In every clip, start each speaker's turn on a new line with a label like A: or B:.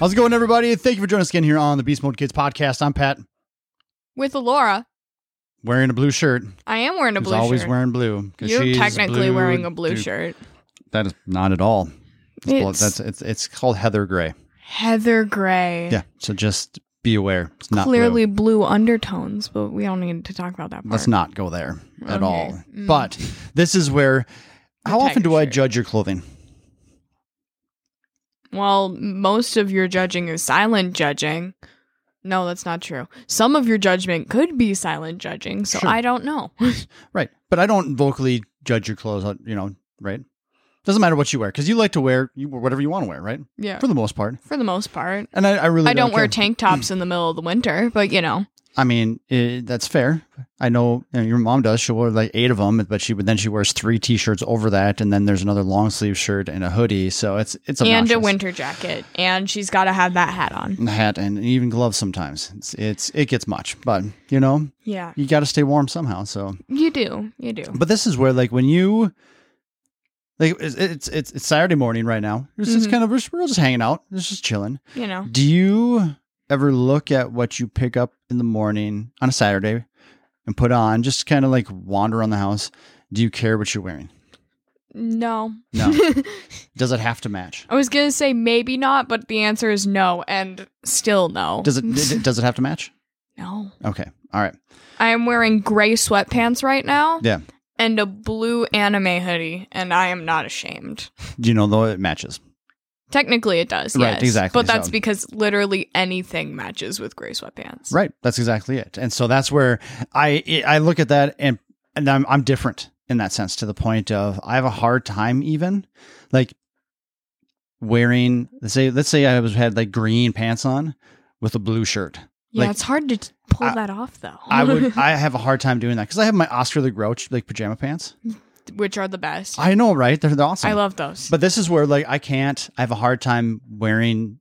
A: How's it going, everybody? Thank you for joining us again here on the Beast Mode Kids podcast. I'm Pat,
B: With Laura,
A: wearing a blue shirt.
B: I am wearing a
A: She's
B: blue
A: always
B: shirt.
A: wearing blue. 'cause
B: You're
A: she's
B: technically
A: blue
B: wearing a blue
A: dude.
B: shirt.
A: That is not at all. It's, bull-
B: It's-
A: that's it's it's called heather gray.
B: Heather Gray.
A: Yeah. So just be aware. It's not blue.
B: Clearly blue. undertones, but we don't need to talk about that part.
A: Let's not go there at
B: Okay.
A: all.
B: Mm.
A: But this is where. How
B: tiger
A: often do I
B: shirt.
A: judge your clothing?
B: Well, most of your judging is silent judging. No, that's not true. Some of your judgment could be silent judging, so
A: Sure.
B: I don't know.
A: Right. But I don't vocally judge your clothes, uh, you know, right? Doesn't matter what you wear because you like to wear you, whatever you want to wear, right?
B: yeah.
A: For the most part.
B: For the most part.
A: And I, I really
B: I don't
A: care.
B: wear
A: Mm.
B: tank tops in the middle of the winter, but you know.
A: I mean, eh, that's fair. I know, you know, your mom does. She'll wear like eight of them, but she but then she wears three t-shirts over that, and then there's another long sleeve shirt and a hoodie. So it's it's
B: And a
A: obnoxious.
B: winter jacket. And she's gotta have that hat on.
A: And a hat and even gloves sometimes. It's it's it gets much, but you know
B: Yeah.
A: you got to stay warm somehow. So,
B: You do. You do.
A: but this is where like when you like it's it's it's, it's Saturday morning right now. It's just
B: Mhm.
A: kind of we're just, we're just hanging out. It's just chilling.
B: You know.
A: Do you ever look at what you pick up in the morning on a Saturday and put on, just kind of like wander around the house? Do you care what you're wearing?
B: No.
A: No. Does it have to match?
B: I was gonna say maybe not, but the answer is no, and still no.
A: Does it d- d- does it have to match?
B: no.
A: Okay. All right.
B: I am wearing gray sweatpants right now.
A: Yeah.
B: And a blue anime hoodie, and I am not ashamed.
A: You know though it matches.
B: Technically, it does.
A: Right,
B: yes,
A: exactly,
B: But that's
A: so-
B: because literally anything matches with gray sweatpants.
A: Right. That's exactly it. And so that's where I I look at that and and I'm I'm different in that sense to the point of I have a hard time even like wearing let's say let's say I was had like green pants on with a blue shirt.
B: Yeah,
A: Like-
B: it's hard to t- pull
A: I-
B: that off though.
A: I would. I have a hard time doing that because I have my Oscar the Grouch like pajama pants.
B: which are the best. I,
A: I know, right? They're, they're awesome.
B: love those.
A: But this is where like I can't. I have a hard time wearing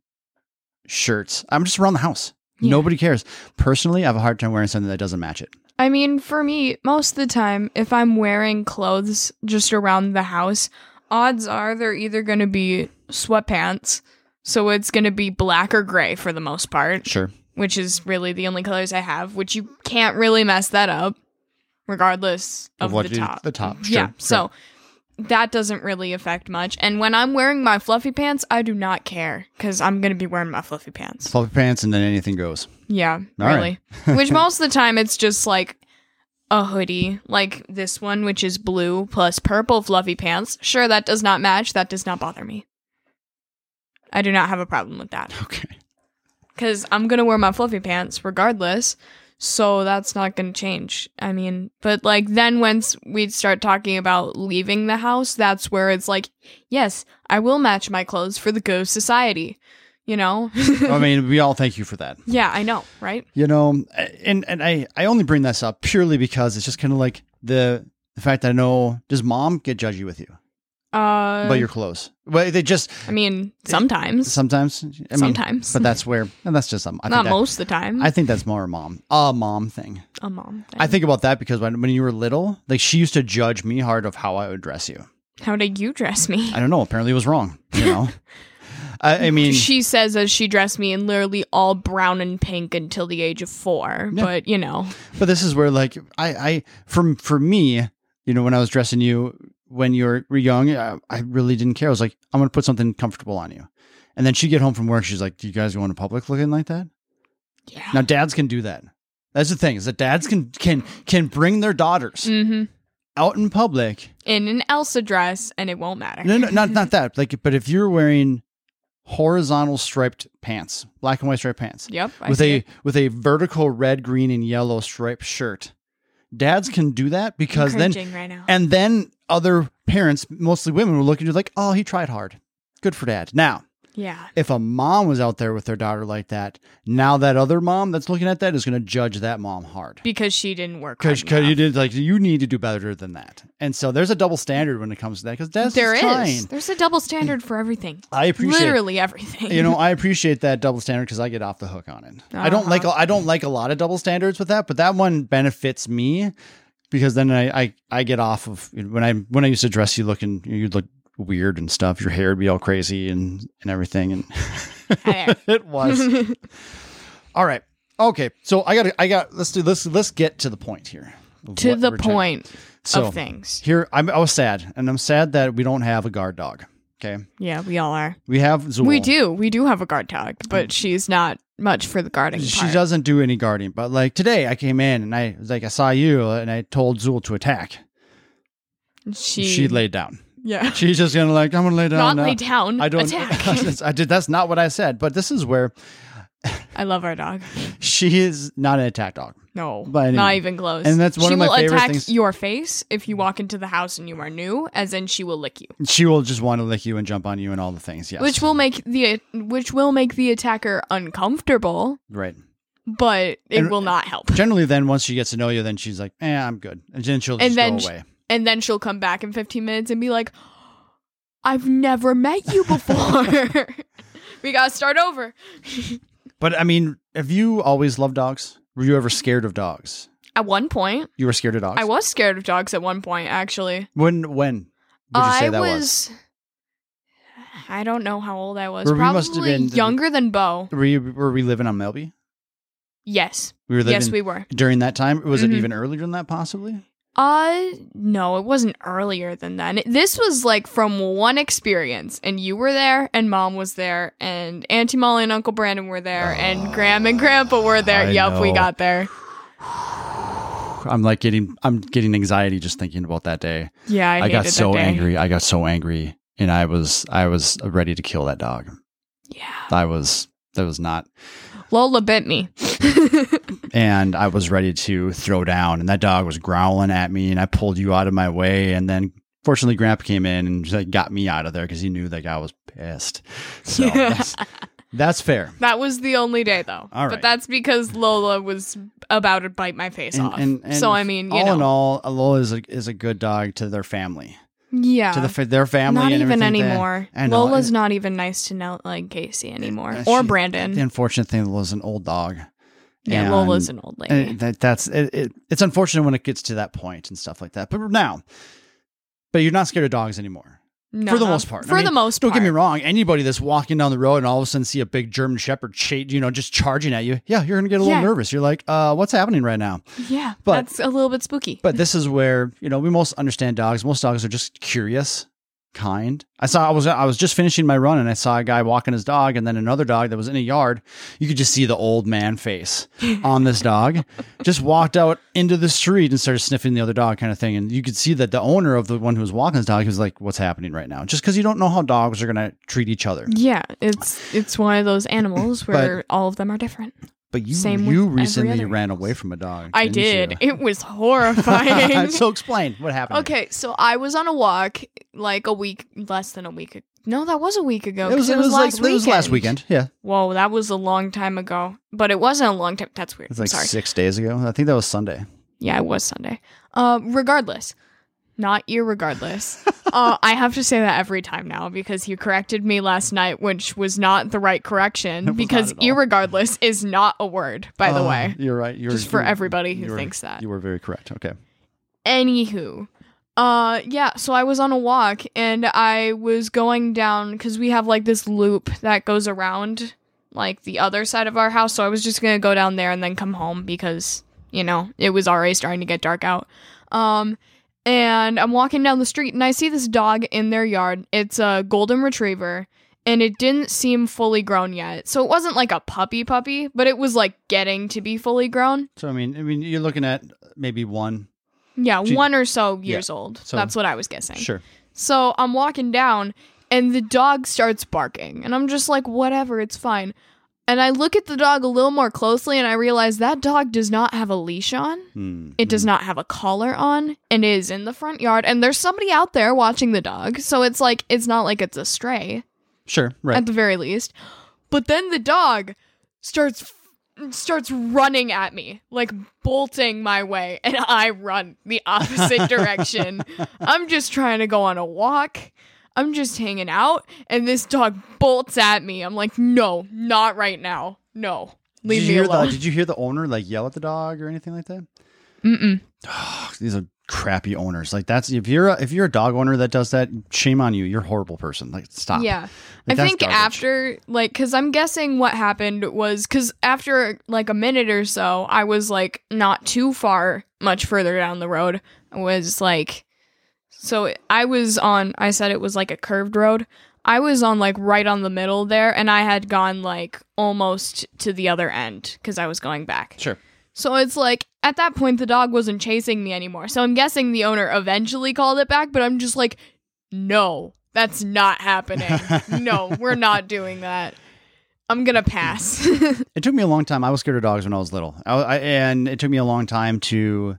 A: shirts. I'm just around the house.
B: Yeah.
A: Nobody cares. Personally, I have a hard time wearing something that doesn't match it.
B: I mean, for me, most of the time, if I'm wearing clothes just around the house, odds are they're either going to be sweatpants. So it's going to be black or gray for the most part,
A: Sure.
B: which is really the only colors I have, which you can't really mess that up, regardless
A: Of
B: of,
A: what
B: the
A: you-
B: top.
A: the top,
B: Yeah.
A: sure,
B: So that doesn't really affect much. And when I'm wearing my fluffy pants, I do not care because I'm going to be wearing my fluffy pants.
A: Fluffy pants, and then anything goes.
B: Yeah,
A: All
B: really. which most of the time it's just like a hoodie, like this one, which is blue plus purple fluffy pants. Sure, that does not match. That does not bother me. I do not have a problem with that
A: Okay.
B: because I'm going to wear my fluffy pants regardless. So that's not going to change. I mean, but like then once we start talking about leaving the house, that's where it's like, yes, I will match my clothes for the Go Society. You know?
A: I mean, we all thank you for that.
B: yeah, I know, right?
A: You know, and and I I only bring this up purely because it's just kind of like the the fact that I know does mom get judgy with you
B: Uh,
A: about your clothes? Well, they just
B: I mean, sometimes.
A: sometimes. I mean,
B: sometimes.
A: but that's where and that's just um, I
B: Not
A: think that-
B: most of the time.
A: I think that's more a mom, a mom thing.
B: a mom.
A: I think about that because when, when you were little, like she used to judge me hard of how I would dress you.
B: How did you dress me?
A: I don't know. Apparently, it was wrong. You know, I, I mean,
B: she says as she dressed me in literally all brown and pink until the age of four.
A: Yeah.
B: But, you know,
A: but this is where like I, I from for me, you know, when I was dressing you when you were were young, I, I really didn't care. I was like, I'm gonna put something comfortable on you. And then she get home from work, she's like, "Do you guys go into public looking like that?"
B: yeah.
A: Now, dads can do that. That's the thing is that dads can can can bring their daughters
B: hmm
A: out in public
B: In an Elsa dress, and it won't matter.
A: No, no, not not that. Like, but if you're wearing horizontal striped pants, black and white striped pants,
B: Yep. I
A: with
B: see
A: a
B: it.
A: with a vertical red, green, and yellow striped shirt, dads can do that
B: I'm
A: because then,
B: cringing right now.
A: and then other parents, mostly women, will look at you like, "Oh, he tried hard. Good for dad." Now,
B: yeah.
A: if a mom was out there with their daughter like that, now that other mom that's looking at that is going to judge that mom hard.
B: Because she didn't work.
A: Because
B: hard enough.
A: you did like you need to do better than that, and so there's a double standard when it comes to that. Because dads
B: There
A: is
B: is.
A: trying.
B: There's a double standard for everything.
A: I appreciate
B: Literally everything.
A: you know, I appreciate that double standard because I get off the hook on it. I don't
B: Uh-huh.
A: like I don't like a lot of double standards with that, but that one benefits me because then I I, I get off of when I when I used to dress you looking you'd look weird and stuff. Your hair would be all crazy and and everything, and
B: Hi
A: it was.
B: there.
A: All right. Okay. So I got to I got let's do let's let's get to the point here. of
B: to
A: what
B: the
A: we're trying-
B: point
A: So
B: of things.
A: here I'm, I was sad and I'm sad that we don't have a guard dog. Okay.
B: Yeah, we all are.
A: We have Zool.
B: We do. We do have a guard dog,
A: Mm.
B: but she's not much for the guarding.
A: She
B: part.
A: doesn't do any guarding, but like today I came in and I like I saw you and I told Zool to attack.
B: She,
A: she laid down.
B: yeah.
A: She's just gonna like I'm gonna lay down.
B: Not
A: now.
B: lay down.
A: I don't.
B: attack.
A: I did. That's not what I said. But this is where
B: I love our dog.
A: she is not an attack dog.
B: No,
A: By any
B: not
A: means.
B: even close.
A: And that's one
B: she
A: of my
B: will
A: favorite
B: attack
A: things-
B: your face if you walk into the house and you are new, as in she will lick you,
A: She will just want to lick you and jump on you and all the things. Yes.
B: which will make the which will make the attacker uncomfortable,
A: right.
B: but it
A: And-
B: will not help.
A: Generally, then once she gets to know you, then she's like, "Eh, I'm good," and then she'll just
B: And then
A: go
B: sh-
A: away.
B: And then she'll come back in 15 minutes and be like, "I've never met you before. we gotta start over."
A: But I mean, have you always loved dogs? Were you ever scared of dogs?
B: At one point,
A: You were scared of dogs.
B: I was scared of dogs. At one point, actually,
A: When? When? Would you say
B: I
A: that
B: was. I don't know how old I was.
A: Well, we
B: Probably
A: must have been-
B: younger than Bo.
A: Were, you, were we living on Melby?
B: Yes.
A: We were living
B: Yes, we were.
A: during that time. Was
B: Mhm.
A: it even earlier than that? Possibly.
B: Uh, no, it wasn't earlier than then. This was like from one experience, and you were there, and mom was there, and Auntie Molly and Uncle Brandon were there, and Graham and Grandpa were there.
A: Oh, I
B: yep, we
A: know.
B: got there.
A: I'm like getting. I'm getting anxiety just thinking about that day.
B: Yeah, I,
A: I, got
B: hated
A: so
B: that day.
A: angry. I got so angry, and I was I was ready to kill that dog.
B: Yeah,
A: I was that was not,
B: Lola bit me.
A: and I was ready to throw down. And that dog was growling at me, and I pulled you out of my way. And then fortunately, Grandpa came in and just, like, got me out of there because he knew that I was pissed. So that's, that's fair.
B: that was the only day though.
A: All
B: But
A: right.
B: that's because Lola was about to bite my face
A: And-
B: off.
A: and- and
B: so I mean, you
A: all
B: know,
A: in all, Alola is a, is a good dog to their family,
B: yeah,
A: to the fa- their family.
B: not
A: and
B: even
A: everything that-
B: anymore.
A: I know,
B: Lola's
A: and-
B: not even nice to Nell like Casey anymore,
A: and
B: or
A: she-
B: Brandon.
A: The unfortunate thing was an old dog.
B: Yeah,
A: And-
B: Lola's an old lady.
A: And that that's it, it, it's unfortunate when it gets to that point and stuff like that. But now, but you're not scared of dogs anymore.
B: no,
A: for the
B: no.
A: most part. I
B: For the
A: mean,
B: most
A: Don't
B: part.
A: get me wrong. Anybody that's walking down the road and all of a sudden see a big German Shepherd, cha- you know, just charging at you, yeah, you're gonna get a little
B: Yeah.
A: nervous. You're like, uh, what's happening right now?
B: Yeah,
A: But-
B: that's a little bit spooky.
A: But this is where you know we most understand dogs. Most dogs are just curious, kind. I saw I was I was just finishing my run and I saw a guy walking his dog, and then another dog that was in a yard. You could just see the old man face on this dog. just walked out into the street and started sniffing the other dog, kind of thing. And you could see that the owner of the one who was walking his dog was like, "What's happening right now?" Just because you don't know how dogs are going to treat each other.
B: yeah, it's it's one of those animals where all of them are different.
A: But you
B: Same with
A: you
B: every
A: recently
B: other
A: ran away from a dog.
B: I
A: didn't
B: did.
A: you?
B: It was horrifying.
A: so explain what happened.
B: okay, so I was on a walk like a week, less than a week. ag- No, that was a week ago.
A: It was,
B: 'cause
A: it was, like
B: last
A: it was last weekend. Yeah.
B: Whoa, that was a long time ago. But it wasn't a long time. That's weird.
A: It's like
B: I'm Sorry.
A: six days ago. I think that was Sunday.
B: Yeah, it was Sunday. Uh, regardless, not irregardless. uh, I have to say that every time now because you corrected me last night, which was not the right
A: It
B: correction
A: was
B: because
A: not at all.
B: irregardless is not a word, by the
A: Uh,
B: way.
A: you're right. You're
B: Just for
A: you're-
B: everybody who
A: you're-
B: thinks that.
A: you were very correct. Okay,
B: Anywho, uh, yeah, so I was on a walk and I was going down because we have like this loop that goes around like the other side of our house. So I was just gonna go down there and then come home because you know it was already starting to get dark out. Um, and I'm walking down the street and I see this dog in their yard. It's a golden retriever. And it didn't seem fully grown yet. So it wasn't like a puppy puppy, but it was like getting to be fully grown.
A: so I mean, I mean, you're looking at maybe one.
B: Yeah,
A: She-
B: one or so
A: Yeah,
B: years old.
A: so-
B: That's what I was guessing.
A: Sure.
B: So I'm walking down, and the dog starts barking, and I'm just like, whatever, it's fine. And I look at the dog a little more closely, and I realize that dog does not have a leash on.
A: Hmm.
B: It does not have a collar on, and is in the front yard, and there's somebody out there watching the dog. So it's like, it's not like it's a stray,
A: Sure. Right.
B: at the very least. But then the dog starts. Starts running at me, like bolting my way, and I run the opposite direction. I'm just trying to go on a walk. I'm just hanging out, and this dog bolts at me. I'm like, no, not right now. No, leave
A: did
B: me
A: you hear
B: alone.
A: The, did you hear the owner like yell at the dog or anything like that?
B: Mm-mm.
A: Oh, These are crappy owners. Like that's if you're a, if you're a dog owner that does that, shame on you. You're a horrible person. Like stop.
B: Yeah.
A: Like,
B: I
A: that's
B: think
A: garbage.
B: after, like, because I'm guessing what happened was because after like a minute or so, I was like not too far, much further down the road. I was like, so I was on, I said it was like a curved road. I was on like right on the middle there, and I had gone like almost to the other end because I was going back.
A: sure.
B: So it's like at that point the dog wasn't chasing me anymore. So I'm guessing the owner eventually called it back, but I'm just like, no, that's not happening. no, we're not doing that. I'm gonna pass.
A: It took me a long time. I was scared of dogs when I was little, I, I, and it took me a long time to.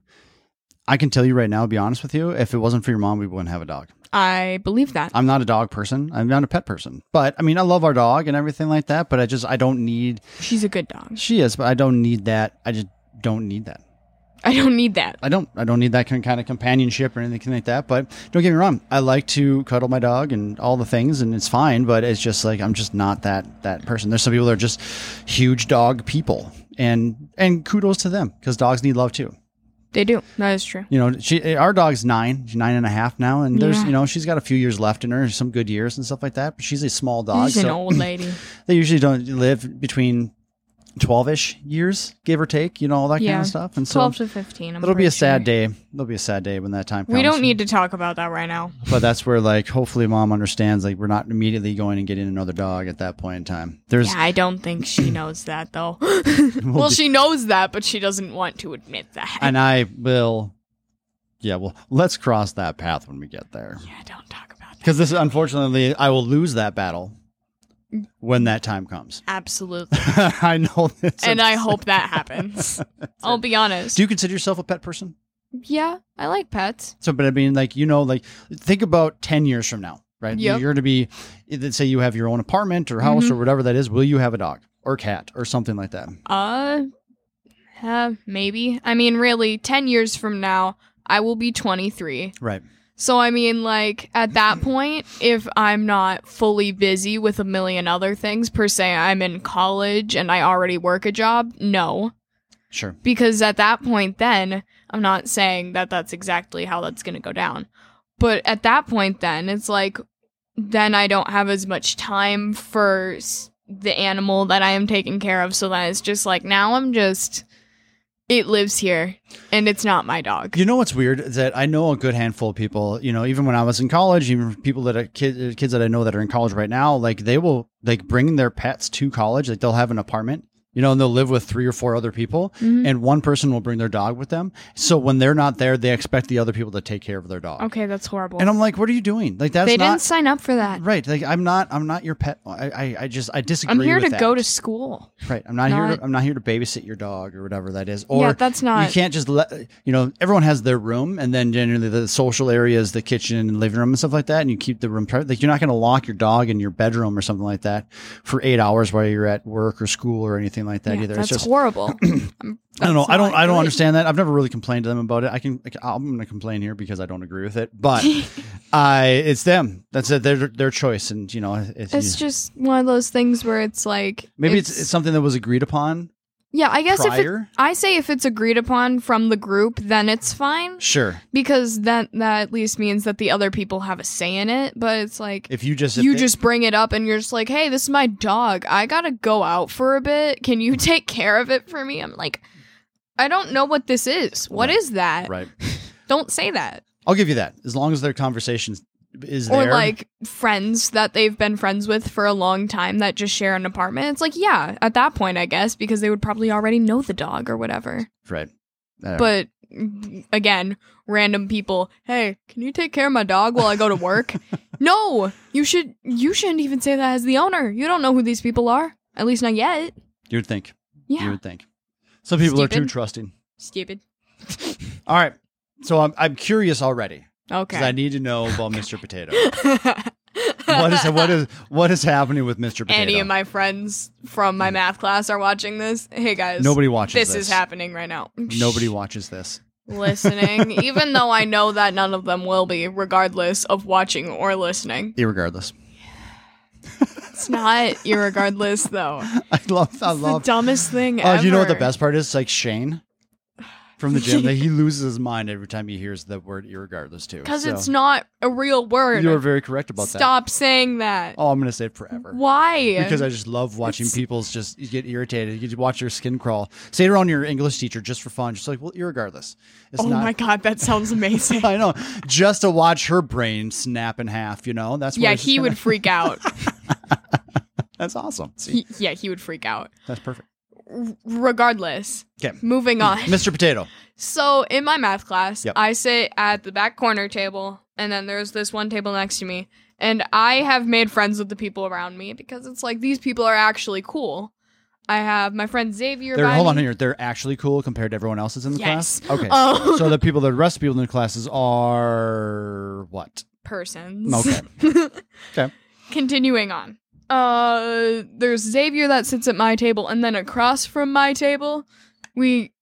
A: I can tell you right now, to be honest with you, if it wasn't for your mom, we wouldn't have a dog.
B: I believe that.
A: I'm not a dog person. I'm not a pet person. But I mean, I love our dog and everything like that. But I just I don't need.
B: She's a good dog.
A: She is, but I don't need that. I just don't need that.
B: I don't need that.
A: I don't I don't need that kind of companionship or anything like that. But don't get me wrong, I like to cuddle my dog and all the things, and it's fine. But it's just like I'm just not that that person. There's some people that are just huge dog people, and and kudos to them because dogs need love too.
B: They do. That is true.
A: You know, she our dog's nine, she's nine and a half now, and there's
B: Yeah.
A: you know she's got a few years left in her, some good years and stuff like that. But she's a small dog,
B: She's an
A: so
B: old lady.
A: they usually don't live between. 12 ish years, give or take, you know, all that kind
B: Yeah.
A: of stuff. And so
B: Twelve to fifteen. I'm
A: it'll be
B: pretty
A: a sad
B: sure.
A: day. It'll be a sad day when that time comes.
B: We don't need to talk about that right now.
A: But that's where like hopefully mom understands like we're not immediately going and getting another dog at that point in time. There's
B: Yeah, I don't think she knows that though. well, she knows that, but she doesn't want to admit that.
A: and I will yeah, well, let's cross that path when we get there.
B: yeah, don't talk about that.
A: Cuz this unfortunately I will lose that battle
B: Mm.
A: when that time comes.
B: Absolutely.
A: I know this.
B: and I hope that happens. I'll be honest.
A: Do you consider yourself a pet person?
B: yeah, I like pets.
A: So but I mean like you know like think about 10 years from now, right?
B: Yep. Mm-hmm.
A: You're going to be let's say you have your own apartment or house or whatever that is, will you have a dog or cat or something like that?
B: Uh, uh, maybe. I mean, really, 10 years from now, I will be 23.
A: Right.
B: So, I mean, like, at that point, if I'm not fully busy with a million other things, per se, I'm in college and I already work a job, no.
A: Sure.
B: because at that point then i'm not saying that that's exactly how that's going to go down but at that point then it's like then i don't have as much time for s- the animal that i am taking care of so then it's just like now i'm just it lives here and it's not my dog
A: You know what's weird is that I know a good handful of people. You know, even when I was in college, even people that are kids, kids that I know that are in college right now, like they will like bring their pets to college. Like they'll have an apartment, you know, and they'll live with three or four other people,
B: Mhm.
A: and one person will bring their dog with them. So when they're not there, they expect the other people to take care of their dog.
B: okay that's horrible
A: And I'm like, what are you doing? Like that's
B: they
A: not
B: didn't sign up for that
A: right. Like I'm not. I'm not your pet. I. I, I just. I disagree.
B: i'm here
A: with
B: to
A: that.
B: go to school
A: Right. I'm not, here.
B: not-
A: To, I'm not here to babysit your dog or whatever that is. Or
B: yeah that's not
A: you can't just let you know everyone has their room and then generally the social area is the kitchen and living room and stuff like that and you keep the room private like you're not going to lock your dog in your bedroom or something like that for eight hours while you're at work or school or anything like that
B: Yeah,
A: either
B: that's
A: it's just
B: horrible
A: i don't know i
B: that's
A: don't
B: not
A: i don't
B: good.
A: understand that i've never really complained to them about it i can like, i'm going to complain here because i don't agree with it but i it's them that's it their their choice and you know it's,
B: it's just one of those things where it's like
A: maybe it's, it's, something that was agreed upon
B: yeah i guess if it,
A: prior
B: I say if it's agreed upon from the group, then it's fine
A: sure
B: because that that at least means that the other people have a say in it. But it's like
A: if you just if
B: you
A: they-
B: just bring it up and you're just like, "Hey, this is my dog. I gotta go out for a bit. Can you take care of it for me?" I'm like, I don't know what this is. What
A: Right.
B: is that?
A: right
B: Don't say that.
A: I'll give you that. As long as their conversation is
B: Or
A: there,
B: like friends that they've been friends with for a long time that just share an apartment. It's like, yeah, at that point, I guess because they would probably already know the dog or whatever.
A: right? Uh,
B: But mm, again, random people, hey, can you take care of my dog while I go to work? no, you should you shouldn't even say that as the owner. You don't know who these people are. At least not yet.
A: you would think, you
B: Yeah.
A: would think, some people are too
B: Stupid.
A: trusting.
B: Stupid.
A: All right, so I'm I'm curious already because I
B: Okay.
A: need to know about Mr. Potato. What is what is what is happening with Mr. Potato?
B: any of my friends from my math class are watching this? Hey guys.
A: Hmm. Nobody watches
B: this,
A: this.
B: is happening right now.
A: Nobody watches this.
B: listening, even though I know that none of them will be, regardless of watching or listening.
A: Irregardless,
B: It's not irregardless though.
A: I love I
B: It's the
A: love.
B: dumbest thing
A: Oh,
B: ever.
A: you know what the best part is? It's like Shane. from the gym that he loses his mind every time he hears the word irregardless too.
B: Because
A: So,
B: it's not a real word.
A: you are very correct about that.
B: Stop saying that.
A: Oh, I'm gonna say it forever.
B: Why?
A: Because I just love watching
B: It's-
A: people's just you get irritated. You just watch your skin crawl. Say it around your English teacher just for fun. Just like, well, irregardless. It's
B: oh
A: not
B: my god, that sounds amazing.
A: I know. Just to watch her brain snap in half, you know? That's what
B: yeah,
A: it's
B: he
A: just-
B: would freak out.
A: That's awesome. See,
B: He- yeah, he would freak out.
A: that's perfect.
B: R- regardless.
A: Okay.
B: Moving on.
A: Mr. Potato.
B: So in my math class,
A: Yep.
B: I sit at the back corner table, and then there's this one table next to me, and I have made friends with the people around me because it's like these people are actually cool. I have my friend Xavier.
A: They're
B: by
A: hold on
B: me.
A: here. They're actually cool compared to everyone else's in the
B: Yes.
A: class. Okay.
B: Oh,
A: so the people, the rest of the people in the classes are what?
B: persons.
A: Okay. Okay.
B: Continuing on. Uh, there's Xavier that sits at my table, and then across from my table, we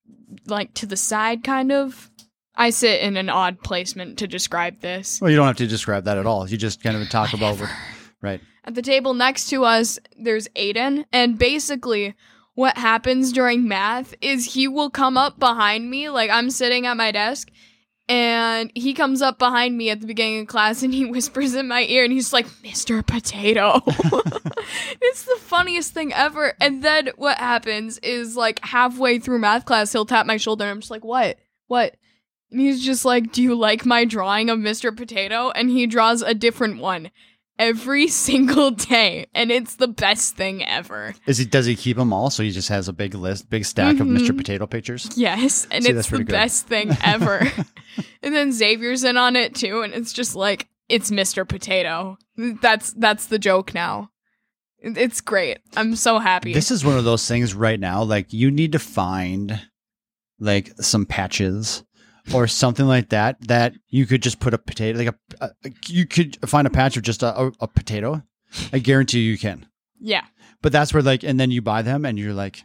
B: like to the side, kind of. I sit in an odd placement to describe this.
A: Well, you don't have to describe that at all. You just kind of talk about what, right?
B: At the table next to us, there's Aiden, and basically, what happens during math is he will come up behind me, like I'm sitting at my desk, and he comes up behind me at the beginning of class and he whispers in my ear, and he's like, Mr. Potato. it's the funniest thing ever. And then what happens is, like, halfway through math class, he'll tap my shoulder, and I'm just like, What? What? And he's just like, Do you like my drawing of Mr. Potato? And he draws a different one every single day, and it's the best thing ever.
A: Is he does he keep them all? So he just has a big list, big stack
B: Mhm.
A: of Mr. Potato pictures.
B: Yes, and
A: See, that's
B: it's the
A: pretty good.
B: best thing ever. and then Xavier's in on it too, and it's just like it's Mr. Potato. That's that's the joke now. It- It's great. I'm so happy.
A: This is one of those things right now. Like you need to find like some patches or something like that that you could just put a potato. Like a, a you could find a patch of just a, a, a potato. I guarantee you can.
B: yeah,
A: But that's where like, and then you buy them and you're like,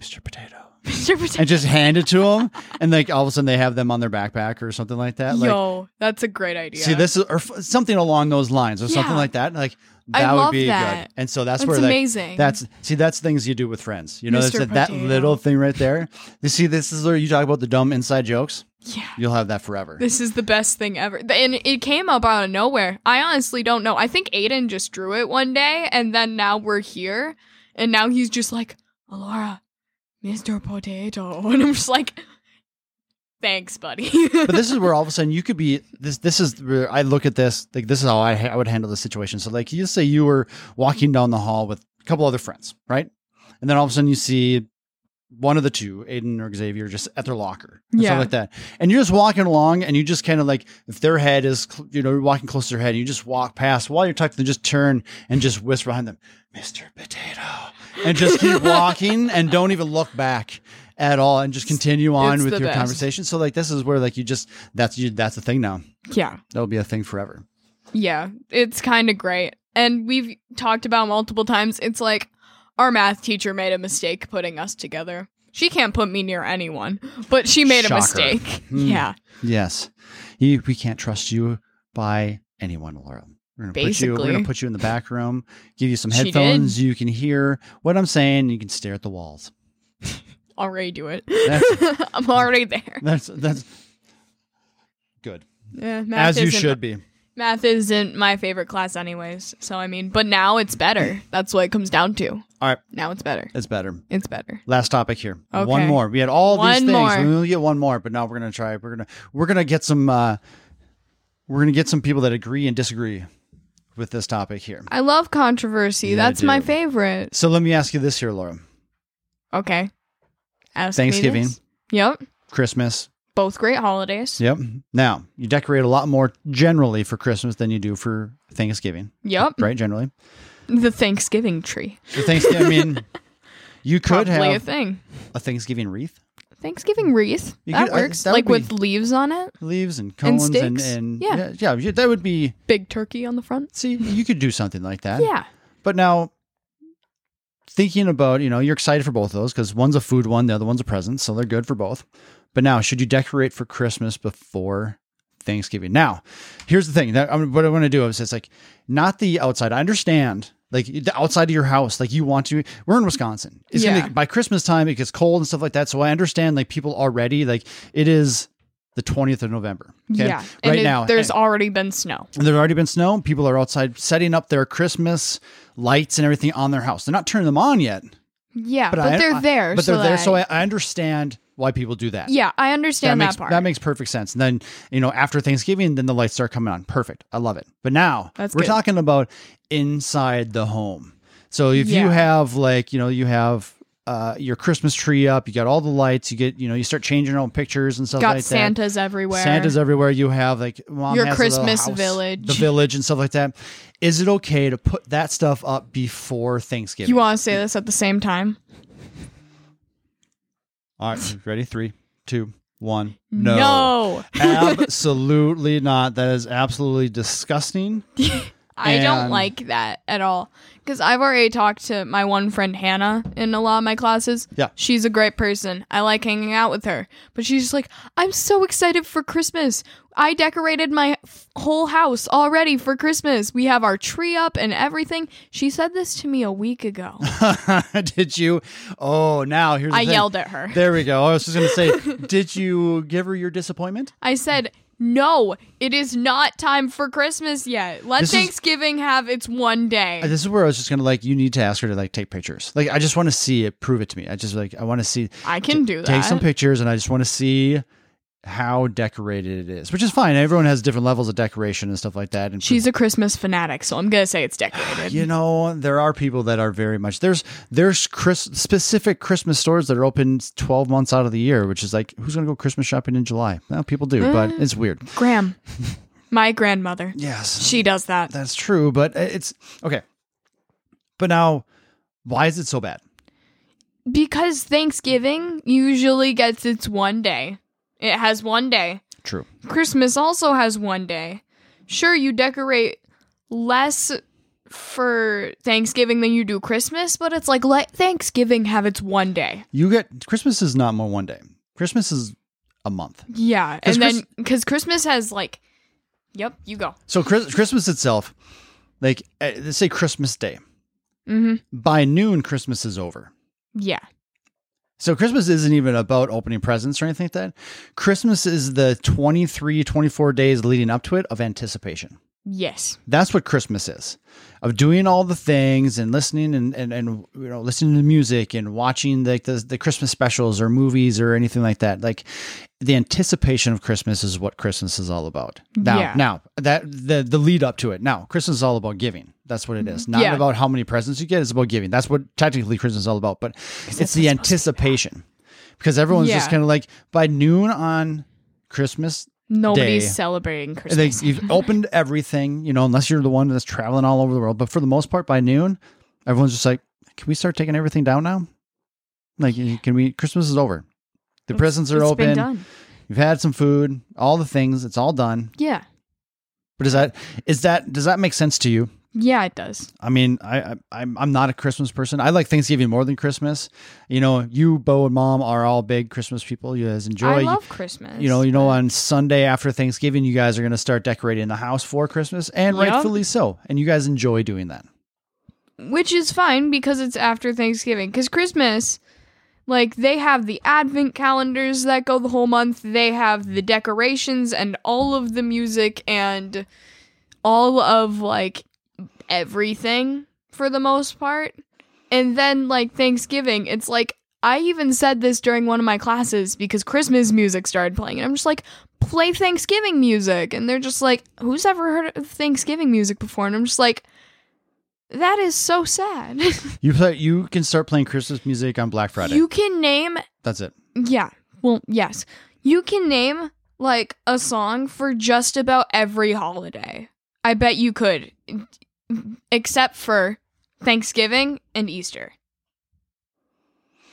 A: Mr. Potato.
B: Mr. Potato.
A: And just hand it to them, and like all of a sudden they have them on their backpack or something like that. Like,
B: Yo, that's a great idea.
A: see this is or f- something along those lines or something
B: Yeah.
A: like that. Like
B: I
A: that would
B: love
A: be
B: that.
A: good. And so that's,
B: that's
A: where like
B: amazing.
A: that's see, that's things you do with friends. You know, that's
B: Mr.
A: that, that
B: Potato.
A: little thing right there. You see, this is where you talk about the dumb inside jokes.
B: yeah.
A: You'll have that forever.
B: This is the best thing ever. Th- And it came up out of nowhere. I honestly don't know. I think Aiden just drew it one day, and then now we're here, and now he's just like, Alora, Mr. Potato. And I'm just like, thanks, buddy.
A: but this is where all of a sudden you could be this this is where I look at this like this is how I, ha- I would handle the situation. So like you say you were walking down the hall with a couple other friends, right? And then all of a sudden you see one of the two, Aiden or Xavier, just at their locker, and
B: Yeah.
A: stuff like that. And you're just walking along, and you just kind of like if their head is cl- you know you're walking close to their head, you just walk past while you're tucked, then just turn and just whisper behind them, "Mr. Potato," and just keep walking and don't even look back at all, and just continue on
B: It's
A: with
B: the
A: your
B: best.
A: conversation. So like this is where like you just that's you that's the thing now.
B: yeah.
A: That'll be a thing forever.
B: Yeah. It's kind of great. And we've talked about multiple times. It's like our math teacher made a mistake putting us together. She can't put me near anyone, but she made
A: Shocker.
B: a mistake.
A: Hmm.
B: Yeah.
A: Yes, you, we can't trust you by anyone, Laura. We're gonna put you. We're
B: Basically.
A: gonna put you in the back room. Give you some
B: She did.
A: headphones. You can hear what I'm saying. You can stare at the walls.
B: Already do it.
A: That's-
B: I'm already there.
A: That's that's good
B: Yeah, Eh, math
A: as you
B: isn't-
A: should be.
B: Math isn't my favorite class, anyways. So I mean, but now it's better. That's what it comes down to.
A: All right.
B: Now it's better.
A: It's better.
B: It's better.
A: Last topic here. One
B: Okay.
A: more. We had all
B: One
A: these things.
B: more.
A: We'll get one more, but now we're gonna try. We're gonna we're gonna get some. Uh, we're gonna get some people that agree and disagree with this topic here.
B: I love controversy.
A: Yeah, I
B: That's my
A: do.
B: favorite.
A: So let me ask you this here, Laura.
B: Okay. Ask me
A: Thanksgiving.
B: this. Yep.
A: Christmas.
B: Both great holidays.
A: Yep. Now you decorate a lot more generally for Christmas than you do for Thanksgiving,
B: Yep.
A: right? Generally,
B: The Thanksgiving tree.
A: for Thanksgiving. I mean, you could
B: Probably a
A: have
B: thing.
A: a Thanksgiving wreath,
B: Thanksgiving wreath.
A: You
B: that
A: could- uh,
B: works.
A: that would
B: like
A: be-
B: with leaves on it.
A: leaves and cones and,
B: sticks?
A: and
B: Yeah.
A: yeah, yeah, you- That would be
B: Big turkey on the front.
A: see, you could do something like that.
B: Yeah.
A: But now, thinking about, you know, you're excited for both of those because one's a food one, the other one's a present. So they're good for both. But now, should you decorate for Christmas before Thanksgiving? Now, here's the thing that I'm, what I want to do is it's like not the outside. I understand like the outside of your house like you want to we're in wisconsin it's
B: Yeah.
A: gonna by christmas time it gets cold and stuff like that so i understand like people already like it is the 20th of november okay?
B: Yeah. And
A: right
B: it-
A: now
B: there's already been snow.
A: and there's already been snow people are outside setting up their christmas lights and everything on their house they're not turning them on yet
B: Yeah, but,
A: I-
B: they're
A: I-
B: there.
A: but they're
B: so
A: there
B: that-
A: so I, I understand why people do that
B: yeah, I understand that,
A: makes,
B: part.
A: That makes perfect sense. And then, you know, after Thanksgiving, then the lights start coming on. Perfect. I love it. But now
B: That's
A: we're
B: good.
A: talking about inside the home. So if you
B: Yeah.
A: have like, you know, you have uh, your Christmas tree up, you got all the lights, you get, you know, you start changing your own pictures and stuff
B: Got
A: like that.
B: Santas everywhere.
A: Santa's everywhere. You have like mom
B: Your
A: has a little
B: Christmas
A: house,
B: village.
A: the village and stuff like that. Is it okay to put that stuff up before Thanksgiving?
B: you want to say this at the same time?
A: all right, mm, ready? Three, two, one.
B: no.
A: Absolutely not. That is absolutely disgusting.
B: I don't
A: And-
B: like that at all. Because I've already talked to my one friend Hannah in a lot of my classes.
A: Yeah.
B: She's a great person. I like hanging out with her. But she's just like, I'm so excited for Christmas. I decorated my f- whole house already for Christmas. We have our tree up and everything. She said this to me a week ago.
A: did you? Oh, now here's the
B: I
A: thing.
B: yelled at her.
A: There we go. I was just gonna say, did you give her your disappointment?
B: I said, No, it is not time for Christmas yet. Let
A: This is-
B: Thanksgiving have its one day.
A: This is where I was just gonna like, you need to ask her to like take pictures. Like, I just want to see it. Prove it to me. I just like, I want to see.
B: I can do that.
A: Take some pictures, and I just want to see how decorated it is, which is fine. Everyone has different levels of decoration and stuff like that. And
B: She's a Christmas fanatic, so I'm gonna say it's decorated.
A: you know there are people that are very much there's there's Chris, specific christmas stores that are open 12 months out of the year which is like who's gonna go christmas shopping in july well people do but
B: Mm.
A: it's weird
B: Graham, my grandmother,
A: yes
B: she does that.
A: that's true but uh, it's okay but now why is it so bad
B: Because Thanksgiving usually gets its one day. It has one day.
A: true
B: Christmas also has one day. Sure, you decorate less for Thanksgiving than you do Christmas, but it's like let Thanksgiving have its one day.
A: you get christmas is not more one day christmas is a month
B: Yeah.
A: 'Cause
B: And then because Christmas has like, yep, you go.
A: so Chris, christmas itself like eh, let's say christmas day
B: Mm-hmm.
A: by noon christmas is over
B: Yeah.
A: So Christmas isn't even about opening presents or anything like that. Christmas is the 23, 24 days leading up to it of anticipation.
B: Yes.
A: That's what Christmas is. Of doing all the things and listening and, and, and you know, listening to music and watching like the, the Christmas specials or movies or anything like that. Like the anticipation of Christmas is what Christmas is all about. Now
B: Yeah.
A: now that the the lead up to it. Now Christmas is all about giving. That's what it is. Not
B: Mm-hmm. Yeah.
A: about how many presents you get, it's about giving. That's what technically Christmas is all about. But it's the anticipation because everyone's just
B: Yeah.
A: kind of like by noon on Christmas.
B: Nobody's
A: Day.
B: celebrating Christmas.
A: They, you've opened everything, you know, unless you're the one that's traveling all over the world. But for the most part, by noon, everyone's just like, "Can we start taking everything down now? Like, can we? Christmas is over. The
B: It's-
A: presents are
B: it's
A: open.
B: Been done.
A: You've had some food, all the things. It's all done.
B: Yeah.
A: But is that is that does that make sense to you?
B: Yeah, it does.
A: I mean, I, I I'm I'm not a Christmas person. I like Thanksgiving more than Christmas. You know, you, Bo, and Mom are all big Christmas people. You guys enjoy.
B: I
A: you-
B: love Christmas.
A: you know, you know, on Sunday after Thanksgiving, you guys are going to start decorating the house for Christmas, and
B: Yep.
A: rightfully so. And you guys enjoy doing that.
B: which is fine because it's after Thanksgiving. Because Christmas, like, they have the advent calendars that go the whole month, they have the decorations and all of the music and all of, like, everything for the most part. And then, like, Thanksgiving, it's like, I even said this during one of my classes because Christmas music started playing. And I'm just like, play Thanksgiving music. And they're just like, who's ever heard of Thanksgiving music before? And I'm just like, that is so sad.
A: You play, you can start playing Christmas music on Black Friday.
B: you can name,
A: That's it.
B: yeah, well, yes. You can name like a song for just about every holiday. I bet you could, except for Thanksgiving and Easter.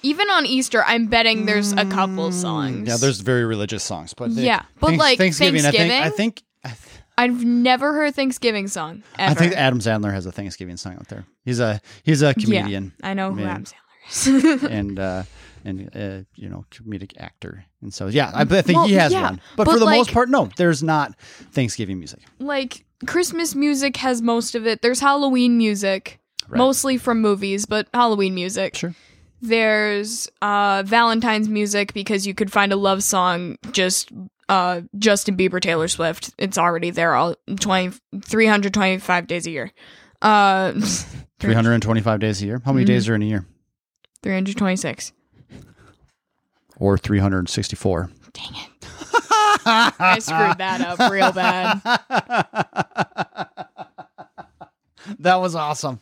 B: Even on Easter, I'm betting there's a couple songs.
A: Mm, Yeah, there's very religious songs, but they-
B: yeah, but
A: Thanks-
B: like Thanksgiving,
A: I think I think
B: I have never heard a Thanksgiving song ever.
A: I think Adam Sandler has a Thanksgiving song out there. He's a he's a comedian
B: I know who
A: Man.
B: Adam Sandler is.
A: and uh and uh, you know comedic actor, and so yeah, I, I think
B: Well,
A: he has
B: yeah,
A: one. But,
B: but
A: for the
B: like-
A: most part, no, there's not Thanksgiving music.
B: like Christmas music has most of it. There's Halloween music.
A: Right.
B: mostly from movies, but Halloween music.
A: Sure.
B: There's uh, Valentine's music because you could find a love song just uh, Justin Bieber, Taylor Swift. It's already there all 20, 325 days a year. Uh,
A: 325 days a year. How many
B: Mhm.
A: days are in a year?
B: 326.
A: Or 364.
B: Dang it.
A: I
B: I screwed that up real bad.
A: that was awesome.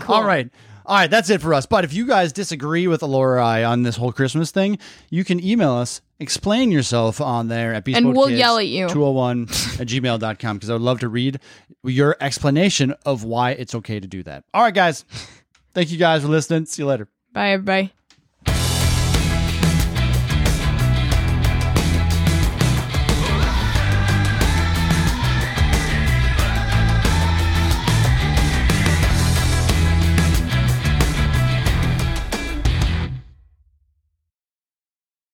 B: Cool.
A: All right. All right, that's it for us. But if you guys disagree with Alora or I on this whole Christmas thing, you can email us, explain yourself on there at Beast
B: And we'll yell at you.
A: 201 at gmail.com because I would love to read your explanation of why it's okay to do that. All right, guys. Thank you guys for listening. See you later.
B: Bye, everybody.